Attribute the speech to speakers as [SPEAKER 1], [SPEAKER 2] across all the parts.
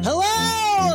[SPEAKER 1] Hello,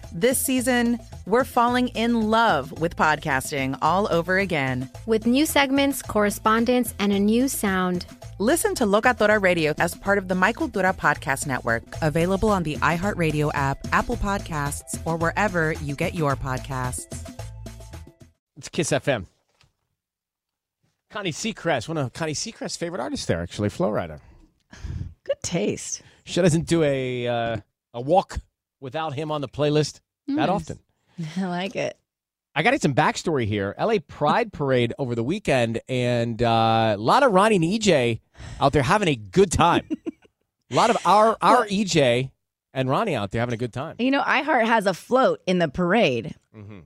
[SPEAKER 2] This season, we're falling in love with podcasting all over again.
[SPEAKER 3] With new segments, correspondence, and a new sound.
[SPEAKER 2] Listen to Locatora Radio as part of the Michael Dura Podcast Network, available on the iHeartRadio app, Apple Podcasts, or wherever you get your podcasts.
[SPEAKER 4] It's Kiss FM. Connie Seacrest, one of Connie Seacrest's favorite artists there, actually, Flowrider.
[SPEAKER 5] Good taste.
[SPEAKER 4] She doesn't do a uh, a walk without him on the playlist mm. that often.
[SPEAKER 5] I like it.
[SPEAKER 4] I got to get some backstory here. LA Pride Parade over the weekend, and uh, a lot of Ronnie and EJ out there having a good time. a lot of our our well, EJ and Ronnie out there having a good time.
[SPEAKER 5] You know, iHeart has a float in the parade, mm-hmm.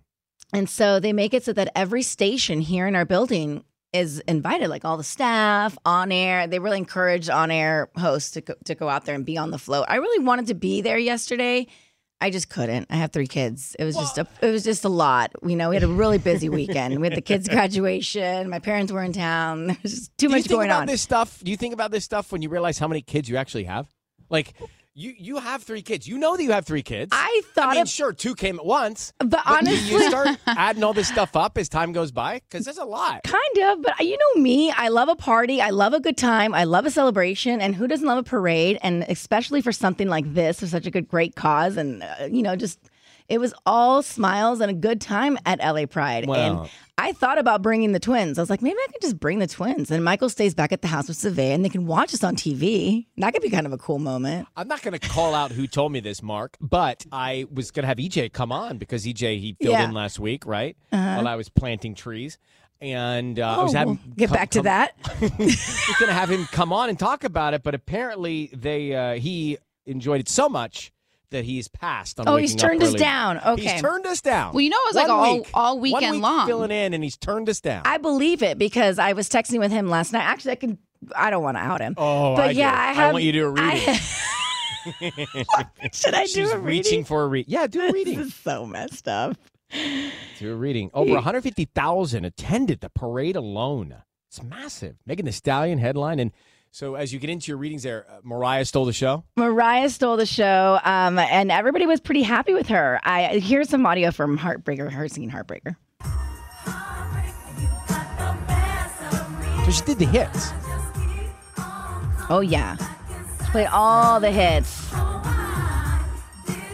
[SPEAKER 5] and so they make it so that every station here in our building is invited, like all the staff on air. They really encouraged on air hosts to go, to go out there and be on the float. I really wanted to be there yesterday. I just couldn't. I have three kids. It was well, just a it was just a lot. You know, we had a really busy weekend. we had the kids' graduation. My parents were in town. There was just too
[SPEAKER 4] do
[SPEAKER 5] much
[SPEAKER 4] you think
[SPEAKER 5] going
[SPEAKER 4] about
[SPEAKER 5] on.
[SPEAKER 4] This stuff. Do you think about this stuff when you realize how many kids you actually have? Like. You, you have three kids. You know that you have three kids.
[SPEAKER 5] I thought. I
[SPEAKER 4] mean, of, sure, two came at once.
[SPEAKER 5] But, but honestly,
[SPEAKER 4] you start adding all this stuff up as time goes by because there's a lot.
[SPEAKER 5] Kind of, but you know me. I love a party. I love a good time. I love a celebration. And who doesn't love a parade? And especially for something like this, for such a good, great cause, and uh, you know, just it was all smiles and a good time at LA Pride.
[SPEAKER 4] Wow.
[SPEAKER 5] And I thought about bringing the twins. I was like, maybe I could just bring the twins. And Michael stays back at the house with Savea and they can watch us on TV. That could be kind of a cool moment.
[SPEAKER 4] I'm not going to call out who told me this, Mark, but I was going to have EJ come on because EJ, he filled yeah. in last week, right? Uh-huh. While I was planting trees. And uh, oh, I was having
[SPEAKER 5] we'll get
[SPEAKER 4] come,
[SPEAKER 5] back to
[SPEAKER 4] come,
[SPEAKER 5] that.
[SPEAKER 4] was going to have him come on and talk about it, but apparently they uh, he enjoyed it so much that he's passed.
[SPEAKER 5] oh, he's turned us down. Okay,
[SPEAKER 4] he's turned us down.
[SPEAKER 6] Well, you know, it was
[SPEAKER 4] One
[SPEAKER 6] like all,
[SPEAKER 4] week.
[SPEAKER 6] all weekend
[SPEAKER 4] One week
[SPEAKER 6] long
[SPEAKER 4] filling in, and he's turned us down.
[SPEAKER 5] I believe it because I was texting with him last night. Actually, I can. I don't want to out him.
[SPEAKER 4] Oh,
[SPEAKER 5] but
[SPEAKER 4] I
[SPEAKER 5] yeah,
[SPEAKER 4] do.
[SPEAKER 5] I, have,
[SPEAKER 4] I want you to do a reading. I,
[SPEAKER 5] should I
[SPEAKER 4] She's
[SPEAKER 5] do a
[SPEAKER 4] reading? reaching for a read. Yeah, do a reading.
[SPEAKER 5] this is so messed up.
[SPEAKER 4] Do a reading. Over 150,000 attended the parade alone. It's massive. Megan the Stallion headline and. So as you get into your readings there, uh, Mariah stole the show?
[SPEAKER 5] Mariah stole the show, um, and everybody was pretty happy with her. I Here's some audio from Heartbreaker, her singing Heartbreaker.
[SPEAKER 4] So she did the hits.
[SPEAKER 5] Oh, yeah. She played all the hits.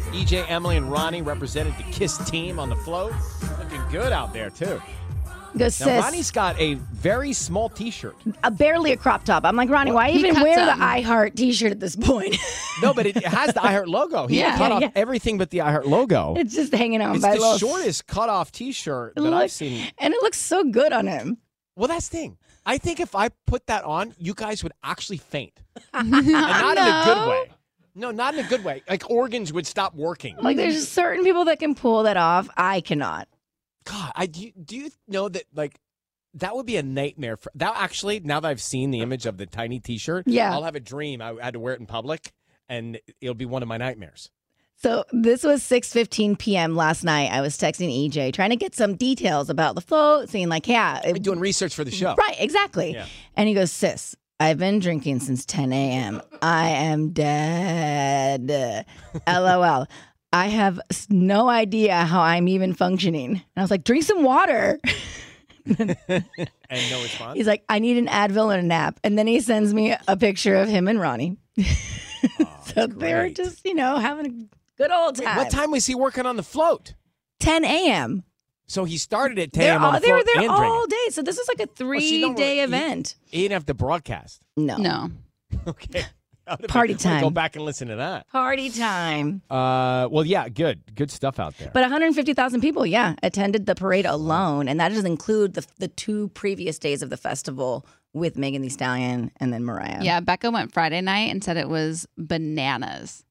[SPEAKER 4] EJ, E Emily, and Ronnie represented the KISS team on the float. Looking good out there, too.
[SPEAKER 5] Go,
[SPEAKER 4] now, Ronnie's got a very small T-shirt,
[SPEAKER 5] a barely a crop top. I'm like, Ronnie, well, why even wear them. the iHeart T-shirt at this point?
[SPEAKER 4] no, but it has the iHeart logo. He
[SPEAKER 5] yeah,
[SPEAKER 4] cut
[SPEAKER 5] yeah,
[SPEAKER 4] off
[SPEAKER 5] yeah.
[SPEAKER 4] everything but the iHeart logo.
[SPEAKER 5] It's just hanging out.
[SPEAKER 4] It's
[SPEAKER 5] by
[SPEAKER 4] the
[SPEAKER 5] love.
[SPEAKER 4] shortest cut off T-shirt that
[SPEAKER 5] looks,
[SPEAKER 4] I've seen,
[SPEAKER 5] and it looks so good on him.
[SPEAKER 4] Well, that's the thing. I think if I put that on, you guys would actually faint, and not
[SPEAKER 6] no.
[SPEAKER 4] in a good way. No, not in a good way. Like organs would stop working.
[SPEAKER 5] Like there's certain people that can pull that off. I cannot.
[SPEAKER 4] God, I do. You, do you know that like that would be a nightmare for that? Actually, now that I've seen the image of the tiny T-shirt,
[SPEAKER 5] Yeah.
[SPEAKER 4] I'll have a dream. I had to wear it in public, and it'll be one of my nightmares.
[SPEAKER 5] So this was 6:15 p.m. last night. I was texting EJ trying to get some details about the float, saying like, "Yeah,
[SPEAKER 4] I've been doing research for the show.
[SPEAKER 5] Uh, Right, exactly.
[SPEAKER 4] Yeah.
[SPEAKER 5] And he goes, Sis, I've been drinking since 10 a.m. I am dead. LOL. I have s- no idea how I'm even functioning. And I was like, Drink some water.
[SPEAKER 4] And no response.
[SPEAKER 5] He's like, I need an Advil and a nap. And then he sends me a picture of him and Ronnie.
[SPEAKER 4] Oh,
[SPEAKER 5] So
[SPEAKER 4] that's
[SPEAKER 5] they were
[SPEAKER 4] great.
[SPEAKER 5] just, you know, having a good old
[SPEAKER 4] Wait,
[SPEAKER 5] time.
[SPEAKER 4] what time was he working on the float?
[SPEAKER 5] 10 a.m.
[SPEAKER 4] So he started at 10
[SPEAKER 5] They're
[SPEAKER 4] a.m. on
[SPEAKER 5] all,
[SPEAKER 4] the
[SPEAKER 5] they were
[SPEAKER 4] float
[SPEAKER 5] there
[SPEAKER 4] and
[SPEAKER 5] all
[SPEAKER 4] drinking.
[SPEAKER 5] day. So this was like a
[SPEAKER 4] Well, she
[SPEAKER 5] three
[SPEAKER 4] don't
[SPEAKER 5] day
[SPEAKER 4] really-
[SPEAKER 5] event.
[SPEAKER 4] He didn't have to broadcast.
[SPEAKER 5] No.
[SPEAKER 6] No.
[SPEAKER 4] Okay. That would've been-
[SPEAKER 5] Party
[SPEAKER 4] I'm gonna Go
[SPEAKER 5] time.
[SPEAKER 4] back and listen to that.
[SPEAKER 5] Party time.
[SPEAKER 4] Uh, well, yeah, good, good stuff out there.
[SPEAKER 5] But 150,000 people, yeah, attended the parade alone, and that doesn't include the the two previous days of the festival with Megan Thee Stallion and then Mariah.
[SPEAKER 6] Yeah, Becca went Friday night and said it was bananas.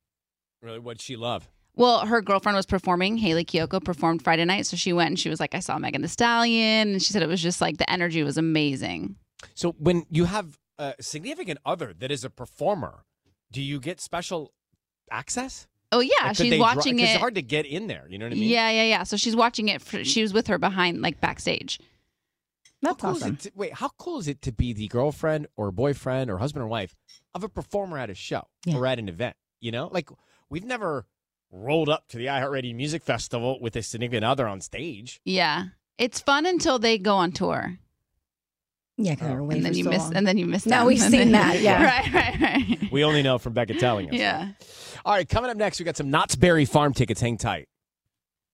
[SPEAKER 4] really, what'd she love?
[SPEAKER 6] Well, her girlfriend was performing. Haley Kiyoko performed Friday night, so she went and she was like, "I saw Megan Thee Stallion," and she said it was just like the energy was amazing.
[SPEAKER 4] So when you have a significant other that is a performer, do you get special access?
[SPEAKER 6] Oh yeah,
[SPEAKER 4] Like, could they
[SPEAKER 6] she's
[SPEAKER 4] dri-
[SPEAKER 6] watching
[SPEAKER 4] 'cause
[SPEAKER 6] it.
[SPEAKER 4] It's hard to get in there. You know what I mean?
[SPEAKER 6] Yeah, yeah, yeah. So she's watching it. For, she was with her behind, like backstage.
[SPEAKER 4] How
[SPEAKER 5] That's
[SPEAKER 4] cool
[SPEAKER 5] awesome.
[SPEAKER 4] is it to, wait, how cool is it to be the girlfriend or boyfriend or husband or wife of a performer at a show
[SPEAKER 5] Yeah.
[SPEAKER 4] or at an event? You know, like we've never rolled up to the iHeartRadio Music Festival with a significant other on stage.
[SPEAKER 6] Yeah, it's fun until they go on tour,
[SPEAKER 5] Yeah, 'cause
[SPEAKER 2] Oh.
[SPEAKER 5] they were away
[SPEAKER 6] and
[SPEAKER 5] for
[SPEAKER 6] then you
[SPEAKER 5] so
[SPEAKER 6] miss,
[SPEAKER 5] long.
[SPEAKER 6] and then you miss.
[SPEAKER 5] No,
[SPEAKER 6] them.
[SPEAKER 5] we've
[SPEAKER 6] And then-
[SPEAKER 5] seen that, yeah.
[SPEAKER 6] right, right, right.
[SPEAKER 4] We only know from Becca telling us.
[SPEAKER 6] yeah.
[SPEAKER 4] All right, coming up next, we got some Knott's Berry Farm tickets. Hang tight.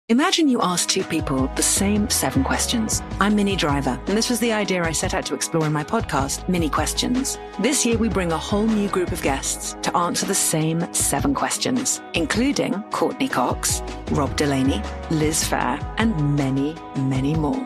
[SPEAKER 7] Imagine you ask two people the same seven questions. I'm Mini Driver, and this was the idea I set out to explore in my podcast, Mini Questions. This year, we bring a whole new group of guests to answer the same seven questions, including Courtney Cox, Rob Delaney, Liz Fair, and many, many more.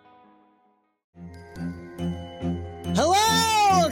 [SPEAKER 1] Hello,